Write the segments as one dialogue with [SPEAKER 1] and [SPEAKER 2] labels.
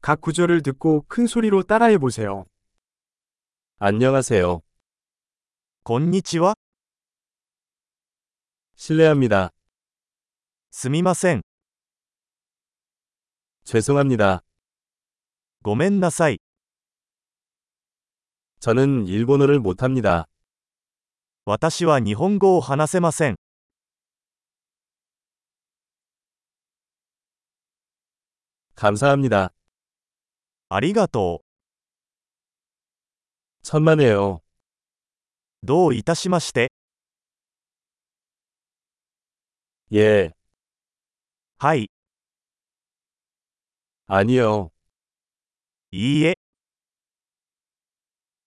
[SPEAKER 1] 각 구절을 듣고 큰 소리로 따라해 보세요.
[SPEAKER 2] 안녕하세요.
[SPEAKER 3] こんにちは、
[SPEAKER 2] 실례합니다.
[SPEAKER 3] すみません、
[SPEAKER 2] 죄송합니다.
[SPEAKER 3] ごめんなさい、
[SPEAKER 2] 저는 일본어를 못합니다.
[SPEAKER 3] 私は日本語を話せません、
[SPEAKER 2] 감사합니다.
[SPEAKER 3] ありがと
[SPEAKER 2] 천만에요.
[SPEAKER 3] う、どういたしまして、
[SPEAKER 2] 예,
[SPEAKER 3] はい、
[SPEAKER 2] 아니요.
[SPEAKER 3] いいえ、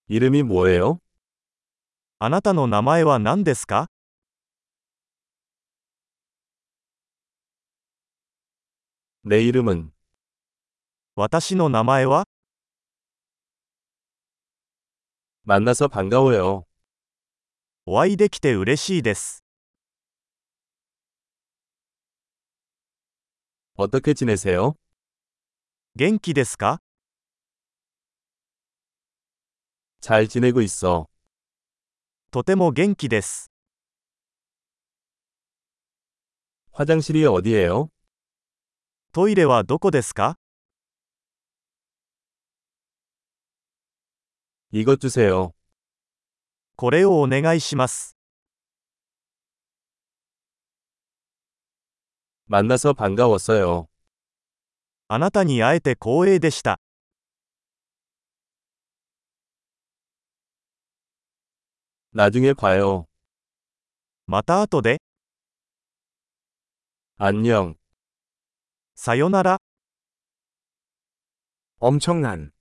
[SPEAKER 2] 이름이 뭐예요?
[SPEAKER 3] あなたの名前は何ですか
[SPEAKER 2] 내 이름은
[SPEAKER 3] 私の名前は、
[SPEAKER 2] 만나서 반가워요.
[SPEAKER 3] お会いできて嬉しいです。
[SPEAKER 2] 어떻게 지내세요?
[SPEAKER 3] 元気ですか
[SPEAKER 2] 잘 지내고 있어.
[SPEAKER 3] とても元気です。
[SPEAKER 2] 화장실이 어디예요?
[SPEAKER 3] トイレはどこですか
[SPEAKER 2] 이것 주세요.
[SPEAKER 3] これをお願いします。
[SPEAKER 2] 만나서 반가웠어요.
[SPEAKER 3] あなたに会えて光栄でした。
[SPEAKER 2] 나중에 봐요.
[SPEAKER 3] また後で、
[SPEAKER 2] 안녕.
[SPEAKER 3] さよなら。
[SPEAKER 1] 엄청난